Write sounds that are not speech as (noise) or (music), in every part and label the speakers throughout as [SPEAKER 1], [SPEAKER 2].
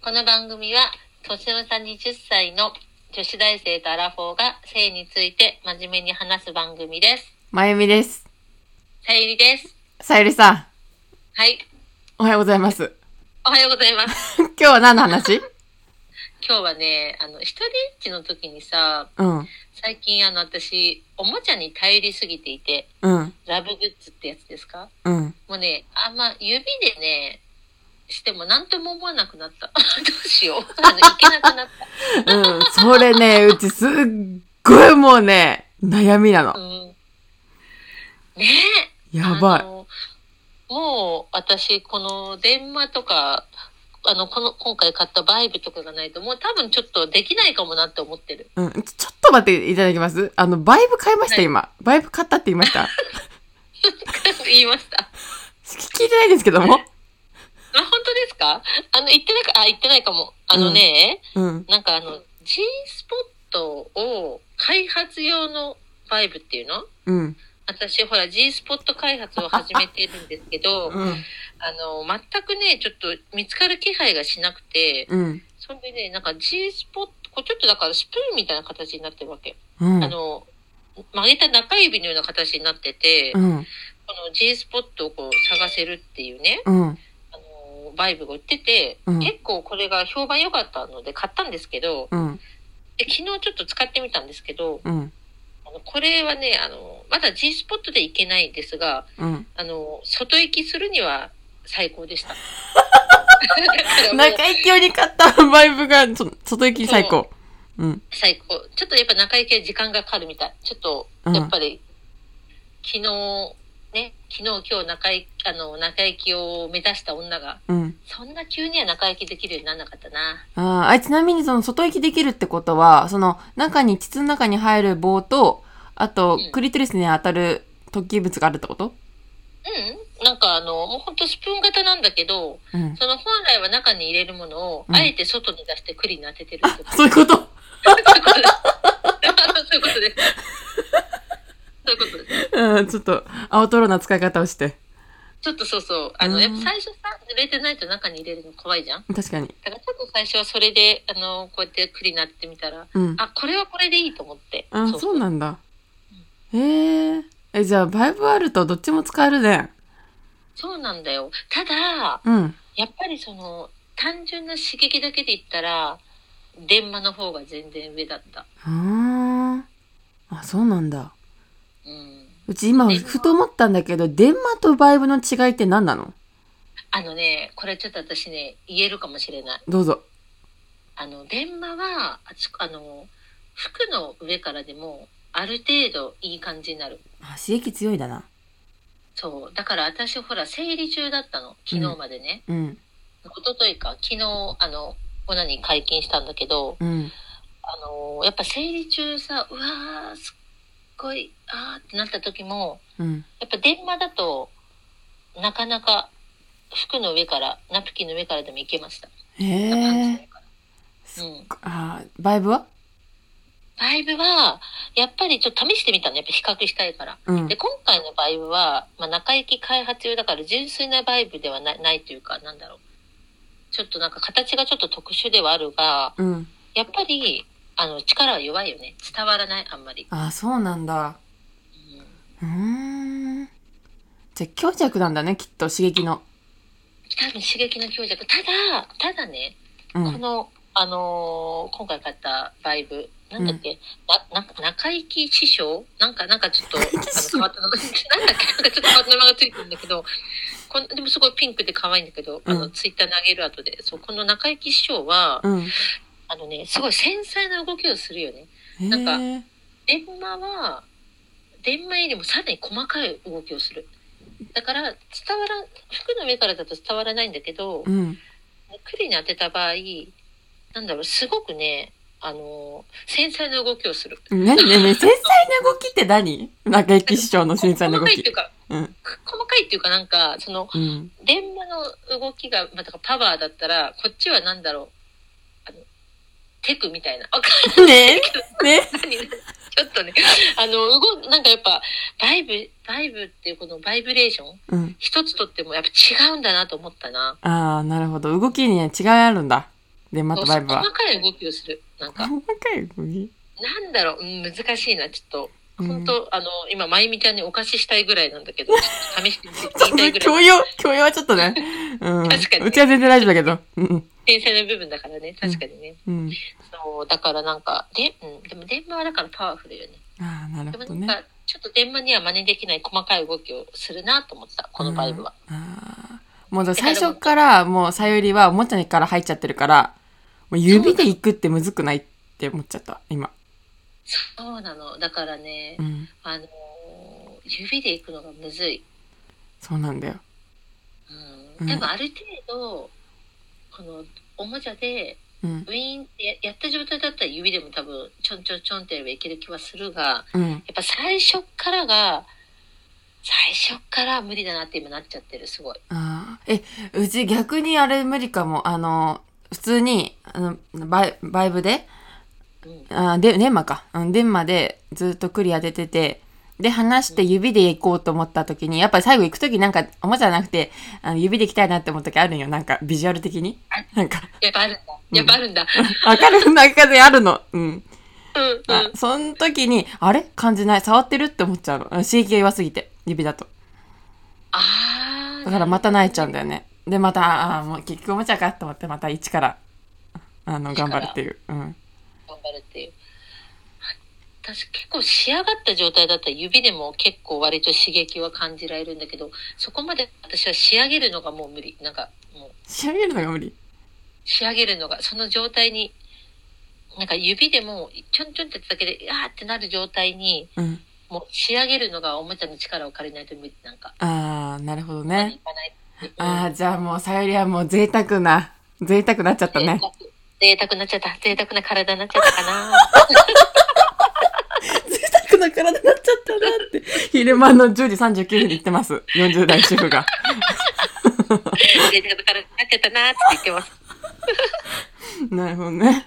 [SPEAKER 1] この番組は、年の差20歳の女子大生とアラフォーが性について真面目に話す番組です。
[SPEAKER 2] まゆみです。
[SPEAKER 1] さゆりです。
[SPEAKER 2] さゆりさん、
[SPEAKER 1] はい。
[SPEAKER 2] おはようございます。
[SPEAKER 1] おはようございます。
[SPEAKER 2] 今日は何の話
[SPEAKER 1] 今日はね、あの、一人っちの時にさ、
[SPEAKER 2] うん、
[SPEAKER 1] 最近あの、私、おもちゃに頼りすぎていて、
[SPEAKER 2] うん、
[SPEAKER 1] ラブグッズってやつですか
[SPEAKER 2] うん。
[SPEAKER 1] もうね、あんま指でね、しても何とも思わなくなった。ど (laughs) うしよう。あの、いけなくなっ
[SPEAKER 2] うん、それね、うちすっごいもうね、悩みな
[SPEAKER 1] た。う
[SPEAKER 2] の。
[SPEAKER 1] ん。ねえ。
[SPEAKER 2] やば
[SPEAKER 1] あ
[SPEAKER 2] い。
[SPEAKER 1] のもう私この電話とかあのこの今回買ったバイブとかがないともう多分ちょっとできないかもなって思ってる (laughs)
[SPEAKER 2] うん、ちちょっと待っていただきます。あの、バイブ買いました、
[SPEAKER 1] はい
[SPEAKER 2] 今。バイブ買ったって言いました
[SPEAKER 1] 言いました
[SPEAKER 2] 聞いてないですけども。
[SPEAKER 1] あ本当ですかあの言ってないかあ言ってないかもあのね、
[SPEAKER 2] うん、
[SPEAKER 1] なんかあの G スポットを開発用のバイブっていうの
[SPEAKER 2] うん、
[SPEAKER 1] 私ほら G スポット開発を始めてるんですけど、
[SPEAKER 2] (laughs) うん、
[SPEAKER 1] あの全くねちょっと見つかる気配がしなくて、
[SPEAKER 2] うん、
[SPEAKER 1] それで、なんか G スポット、こうちょっとだからスプーンみたいな形になってるわけ。
[SPEAKER 2] うん
[SPEAKER 1] あ、の、曲げた中指のような形になってて、
[SPEAKER 2] う
[SPEAKER 1] こ
[SPEAKER 2] ん、
[SPEAKER 1] の G スポットをこう探せるっていうね、
[SPEAKER 2] うん、
[SPEAKER 1] あの、バイブが売ってて、
[SPEAKER 2] うん
[SPEAKER 1] 結構これが評判良かったので買ったんですけど、
[SPEAKER 2] うん、
[SPEAKER 1] で昨日ちょっと使ってみたんですけど、
[SPEAKER 2] うん、
[SPEAKER 1] あのこれはね、あの、まだ G スポットで行けないんですが、
[SPEAKER 2] うん。
[SPEAKER 1] あの、外行きするには最高
[SPEAKER 2] (laughs)
[SPEAKER 1] でした。だからもう
[SPEAKER 2] 中井京に買ったバイブが、ちょ外行き最高。うん。
[SPEAKER 1] 最高。ちょっとやっぱ中井家時間がかかるみたい。ちょっと、
[SPEAKER 2] うん
[SPEAKER 1] やっぱり、昨日、ね、昨日今日中井、あの、中井家を目指した女が、
[SPEAKER 2] うん。
[SPEAKER 1] そんな急には中井家できるようにならなかったな。
[SPEAKER 2] あーあ、ちなみにその外行きできるってことは、その中に、膣の中に入る棒と、あと
[SPEAKER 1] うん、
[SPEAKER 2] クリトリスに当たる突起物があるってこと
[SPEAKER 1] うん。なんかあの、もうほんとスプーン型なんだけど、
[SPEAKER 2] うん。
[SPEAKER 1] その本来は中に入れるものを、
[SPEAKER 2] うん
[SPEAKER 1] あえて外に出して栗に当ててるってこと。
[SPEAKER 2] そういうこと (laughs)
[SPEAKER 1] (laughs) そういうことです。そういうことです。
[SPEAKER 2] うん、ちょっと、青トロな使い方をして。
[SPEAKER 1] ちょっとそうそう。あの、
[SPEAKER 2] うん
[SPEAKER 1] やっぱ最初さ、濡れてないと中に入れるの怖いじゃん
[SPEAKER 2] 確かに。
[SPEAKER 1] だからちょっと最初はそれで、あの、こうやってクリなってみたら、
[SPEAKER 2] うん。
[SPEAKER 1] あ、これはこれでいいと思って。
[SPEAKER 2] あ、そうなんだ。へえ。え、じゃあ、バイブあるとどっちも使えるね。
[SPEAKER 1] そうなんだよ。ただ、
[SPEAKER 2] うん。
[SPEAKER 1] やっぱりその、単純な刺激だけで言ったら、電話の方が全然上だった。
[SPEAKER 2] ああ。あ、そうなんだ。
[SPEAKER 1] うん。
[SPEAKER 2] うち今、
[SPEAKER 1] 電話
[SPEAKER 2] ふと思ったんだけど、電話とバイブの違いって何なの
[SPEAKER 1] あのね、これちょっと私ね、言えるかもしれない。
[SPEAKER 2] どうぞ。
[SPEAKER 1] あの、電話は、あちあの、服の上からでも、ある程度いい感じになる。
[SPEAKER 2] あ、刺激強いだな。
[SPEAKER 1] そう。だから私ほら、生理中だったの。昨日までね。
[SPEAKER 2] うん。
[SPEAKER 1] 一昨日か昨日あのオナニー解禁したんだけど
[SPEAKER 2] うん。
[SPEAKER 1] あのやっぱ生理中さうわーすっごいあーってなった時も
[SPEAKER 2] うん。
[SPEAKER 1] やっぱ電話だとなかなか服の上からナプキンの上からでもいけました、
[SPEAKER 2] へ
[SPEAKER 1] 感じ
[SPEAKER 2] え。
[SPEAKER 1] だからうん、
[SPEAKER 2] あーバイブは
[SPEAKER 1] バイブはやっぱりちょっと試してみたのやっぱ比較したいから
[SPEAKER 2] うん
[SPEAKER 1] で。今回のバイブは、まあ、中行き開発用だから純粋なバイブではないないというかなんだろうちょっとなんか形がちょっと特殊ではあるが、
[SPEAKER 2] うん。
[SPEAKER 1] やっぱり、あの、力は弱いよね。伝わらない、あんまり。
[SPEAKER 2] あーそうなんだ。
[SPEAKER 1] うん
[SPEAKER 2] うーん。じゃあ、強弱なんだね、きっと、刺激の。
[SPEAKER 1] 多分刺激の強弱。ただ、ただね、
[SPEAKER 2] う
[SPEAKER 1] こ
[SPEAKER 2] ん。
[SPEAKER 1] の、あのー今回買ったバイブ、なんだっけ、な、な、中井貴師匠なんか、なんか
[SPEAKER 2] (laughs)
[SPEAKER 1] ちょっと、あの、
[SPEAKER 2] 貴師匠
[SPEAKER 1] 変わった名前、なんだっけなんかちょっと変わった名前がついてるんだけど、こんでもすごいピンクで可愛いんだけど、あの、
[SPEAKER 2] うん
[SPEAKER 1] ツイッターにあげる後で、そう、この中井貴師匠は、
[SPEAKER 2] うん。
[SPEAKER 1] あのね、すごい繊細な動きをするよね。
[SPEAKER 2] へ
[SPEAKER 1] なんか
[SPEAKER 2] え。
[SPEAKER 1] 電話は電話よりもさらに細かい動きをするだから伝わらん服の上からだと伝わらないんだけど
[SPEAKER 2] うん。
[SPEAKER 1] 栗に当てた場合なんだろうすごくねあの繊細な動きをする
[SPEAKER 2] ねねね、繊細な動きって何 (laughs) 中井貴師匠の繊細な
[SPEAKER 1] 細
[SPEAKER 2] 動
[SPEAKER 1] かいっ
[SPEAKER 2] き
[SPEAKER 1] てい。うか
[SPEAKER 2] うん。
[SPEAKER 1] く細かいっていうかなんかその
[SPEAKER 2] うん。
[SPEAKER 1] 電話の動きが、まあ、だからパワーだったらこっちはなんだろうあのテクみたいなわか
[SPEAKER 2] ねね
[SPEAKER 1] んないちょっとねあの動なんかやっぱバイブバイブっていうこのバイブレーション
[SPEAKER 2] うん。
[SPEAKER 1] 一つとってもやっぱ違うんだなと思ったな。
[SPEAKER 2] ああ、なるほど。動きにね、違いあるんだ。で、またバイブは
[SPEAKER 1] 細。かい動きをする。なんか、
[SPEAKER 2] 細かい動き
[SPEAKER 1] なんだろう、うん、難しいな、ちょっと。
[SPEAKER 2] うん
[SPEAKER 1] 本当、あの、今、まゆみちゃんにお貸ししたいぐらいなんだけど、ちょっと試してみて言いたいぐら
[SPEAKER 2] 教
[SPEAKER 1] い。
[SPEAKER 2] 養、教養はちょっとね。うん。
[SPEAKER 1] 確かに
[SPEAKER 2] うちは全然大丈夫だけど。うん。
[SPEAKER 1] 天才の部分だからね、確かにね。
[SPEAKER 2] うん。
[SPEAKER 1] そう、だからなんか、で、うん、でも電話はだからパワフルよね。
[SPEAKER 2] ああ、な
[SPEAKER 1] で
[SPEAKER 2] るほど
[SPEAKER 1] もなん
[SPEAKER 2] ね。
[SPEAKER 1] か、ちょっと電話には真似できない細かい動きをするなと思った、このバイブは。
[SPEAKER 2] うん。あーもうだから最初から、もうさゆりはおもちゃから入っちゃってるから、もう指で行くってむずくないって思っちゃった、今。
[SPEAKER 1] そうなの。だからね
[SPEAKER 2] う、ん。
[SPEAKER 1] あのー、指で行くのがむずい。
[SPEAKER 2] そうなんだよ。う
[SPEAKER 1] うんん。でもある程度、この、おもちゃで、
[SPEAKER 2] うん。
[SPEAKER 1] ウィーンってややった状態だったら指でも多分、ちょんちょんちょんってやればいける気はするが、
[SPEAKER 2] うん。
[SPEAKER 1] やっぱ最初からが、最初から無理だなって今なっちゃってる、すごい。
[SPEAKER 2] ああ。え、うち逆にあれ無理かも。あの、普通に、あの、バイバイブで、
[SPEAKER 1] うん。
[SPEAKER 2] あーで、デンマか。うん、デンマでずっとクリア出てて、で、離して指で行こうと思った時に、やっぱり最後行く時なんか、おもちゃじゃなくて、あの指で行きたいなって思う時あるんよ。なんか、ビジュアル的に。なんか、
[SPEAKER 1] やっぱあるんだ。やっぱあるんだ。
[SPEAKER 2] わかる中であるの。うん。
[SPEAKER 1] うん、うん。
[SPEAKER 2] あ、その時に、あれ感じない。触ってるって思っちゃうの。刺激が弱すぎて、指だと。
[SPEAKER 1] あー
[SPEAKER 2] だからまた泣いちゃうんだよね。で、また、ああー、もう結局おもちゃかと思って、また一から、あの、頑張るっていう。うん。
[SPEAKER 1] 頑張るっていう。私結構仕上がった状態だったら指でも結構割と刺激は感じられるんだけど、そこまで私は仕上げるのがもう無理。なんかもう
[SPEAKER 2] 仕上げるのが無理。
[SPEAKER 1] 仕上げるのが、その状態に、なんか指でもちょんちょんってやっただけで、あーってなる状態に、
[SPEAKER 2] うん。
[SPEAKER 1] もう仕上げるのがおもちゃの力を借りないと無理。なんか、
[SPEAKER 2] ああ、なるほど
[SPEAKER 1] い。
[SPEAKER 2] ね
[SPEAKER 1] かない。
[SPEAKER 2] ああ、じゃあもう、さゆりはもう贅沢な、贅沢になっちゃったね。
[SPEAKER 1] 贅沢になっちゃった。贅沢な体になっちゃったかな。
[SPEAKER 2] (laughs) 贅沢な体になっちゃったなって、昼間の10時39分に言ってます。40代主婦 (laughs) が。
[SPEAKER 1] 贅沢な体になっちゃったなって言ってます。
[SPEAKER 2] なるほどね。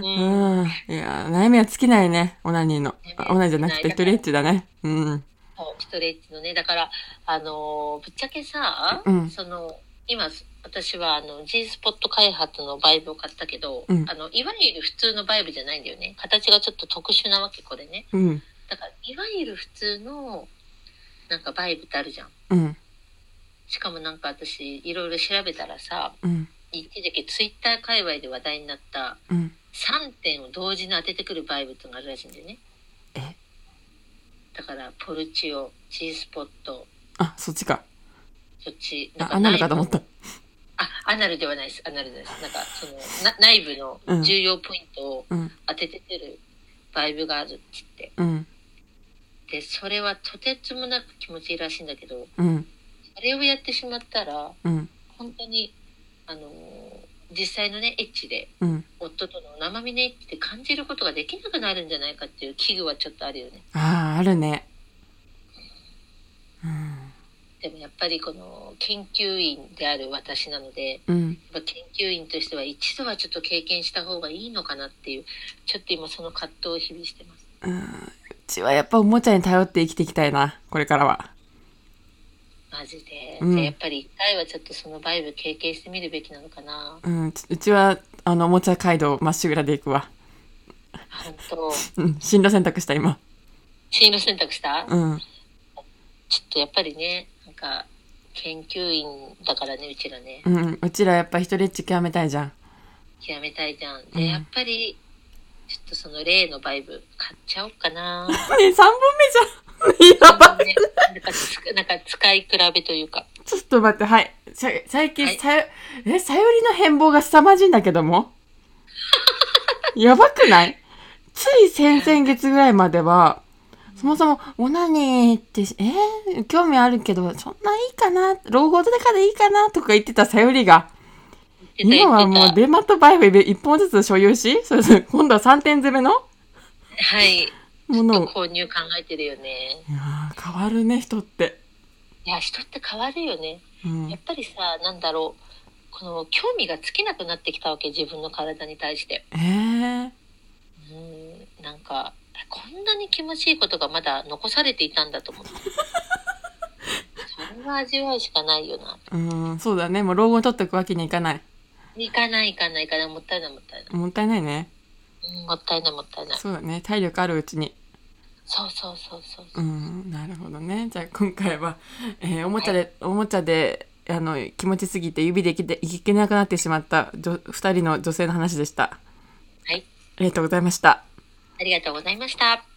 [SPEAKER 1] う
[SPEAKER 2] うんん。いやー、悩みは尽きないね。オナニーの。あオナニーじゃなくて一人エッチだね。うん。
[SPEAKER 1] そうストレッチのね、だから、あのーぶっちゃけさ、
[SPEAKER 2] うん
[SPEAKER 1] その、今、私は、あの、G スポット開発のバイブを買ったけど、
[SPEAKER 2] うん
[SPEAKER 1] あの、いわゆる普通のバイブじゃないんだよね。形がちょっと特殊なわけ、これね。
[SPEAKER 2] うん。
[SPEAKER 1] だから、いわゆる普通の、なんかバイブってあるじゃん。
[SPEAKER 2] うん。
[SPEAKER 1] しかもなんか私、いろいろ調べたらさ、
[SPEAKER 2] うん。
[SPEAKER 1] 一時期ツイッター界隈で話題になった、
[SPEAKER 2] うん。
[SPEAKER 1] 3点を同時に当ててくるバイブってのがあるらしいんだよね。
[SPEAKER 2] え
[SPEAKER 1] だから、ポルチオ、G スポット、
[SPEAKER 2] あ、そっちか。
[SPEAKER 1] そっち。
[SPEAKER 2] あ、あんなのかと思っ
[SPEAKER 1] 内
[SPEAKER 2] た。
[SPEAKER 1] 部。あ、アナルではないです。アナルではないです。なんか、その、な内部
[SPEAKER 2] うん
[SPEAKER 1] の重要ポイントを
[SPEAKER 2] うん。
[SPEAKER 1] 当ててくるバイブがあるっつって。
[SPEAKER 2] うん。
[SPEAKER 1] で、それはとてつもなく気持ちいいらしいんだけど、
[SPEAKER 2] うん。
[SPEAKER 1] あれをやってしまったら、
[SPEAKER 2] うん。
[SPEAKER 1] 本当に、あのー実際のね、エッチで、
[SPEAKER 2] うん。
[SPEAKER 1] 夫との生身のエッチで感じることができなくなるんじゃないかっていう危惧はちょっとあるよね。
[SPEAKER 2] ああ、あるね。うん。
[SPEAKER 1] でもやっぱりこの研究員である私なので、
[SPEAKER 2] うん。
[SPEAKER 1] やっぱ研究員としては一度はちょっと経験した方がいいのかなっていうちょっと今その葛藤を日々してます
[SPEAKER 2] うんうちはやっぱおもちゃに頼って生きていきたいな、これからは。
[SPEAKER 1] マジで,、
[SPEAKER 2] うん
[SPEAKER 1] でやっぱり一回はちょっとそのバイブ経験してみるべきなのかな
[SPEAKER 2] うん、ちうちは、あの、おもちゃ街道まっしぐらで行くわ。
[SPEAKER 1] 本
[SPEAKER 2] (laughs)
[SPEAKER 1] 当
[SPEAKER 2] うん、進路選択した今。
[SPEAKER 1] 進路選択した、
[SPEAKER 2] うん。
[SPEAKER 1] ちょっとやっぱりねなんか研究員だからねうちらね
[SPEAKER 2] うん、うちらやっぱ一人エッチ極めたいじゃん。 (laughs)
[SPEAKER 1] 極めたいじゃん
[SPEAKER 2] う
[SPEAKER 1] で
[SPEAKER 2] ん
[SPEAKER 1] やっぱりちょっとその例のバイブ買っちゃおうか
[SPEAKER 2] (laughs)
[SPEAKER 1] な
[SPEAKER 2] ね三本目じゃん。
[SPEAKER 1] (laughs)
[SPEAKER 2] やばい。
[SPEAKER 1] ねなんかつくなんか使い比べというか
[SPEAKER 2] ちょっと待って、はい。さ最近、
[SPEAKER 1] はい
[SPEAKER 2] さよ、え、さよりの変貌が凄まじいんだけ
[SPEAKER 1] (laughs)
[SPEAKER 2] ども。やばくないつい先々月ぐらいまでは、そもそも、オナニーって、えー興味あるけど、そんないいかな老後とかでいいかなとか言ってたさよりが、
[SPEAKER 1] 言ってた
[SPEAKER 2] 今は
[SPEAKER 1] 言ってた
[SPEAKER 2] もうデマとバイブ一本ずつ所有し、それぞれ今度は3点攻めの
[SPEAKER 1] はい
[SPEAKER 2] ものを。
[SPEAKER 1] 購入考えてるよね
[SPEAKER 2] いやー変わるね、人って。
[SPEAKER 1] いや人って変わるよね
[SPEAKER 2] うん
[SPEAKER 1] やっ。ぱりさなんだろうこの興味が尽きなくなってきたわけ自分の体に対して
[SPEAKER 2] えー、
[SPEAKER 1] うんなんかこんなに気持ちいいことがまだ残されていたんだと (laughs) 思ってそれは味わうしかないよな
[SPEAKER 2] うん、そうだね。もう老後に取っておくわけにいかない。
[SPEAKER 1] 行かない行かない行かない。もったいないもったいない。
[SPEAKER 2] もったいないね。
[SPEAKER 1] うん、もったいないもったいない。
[SPEAKER 2] そうだね。体力あるうちに。
[SPEAKER 1] そうそうそうそうそうう。
[SPEAKER 2] ん、なるほどね。じゃあ今回は、えーおもちゃで、おもちゃで、あの、気持ちすぎて指でいけていけなくなってしまった女二人の女性の話でした。
[SPEAKER 1] はい。
[SPEAKER 2] ありがとうございました。
[SPEAKER 1] ありがとうございました。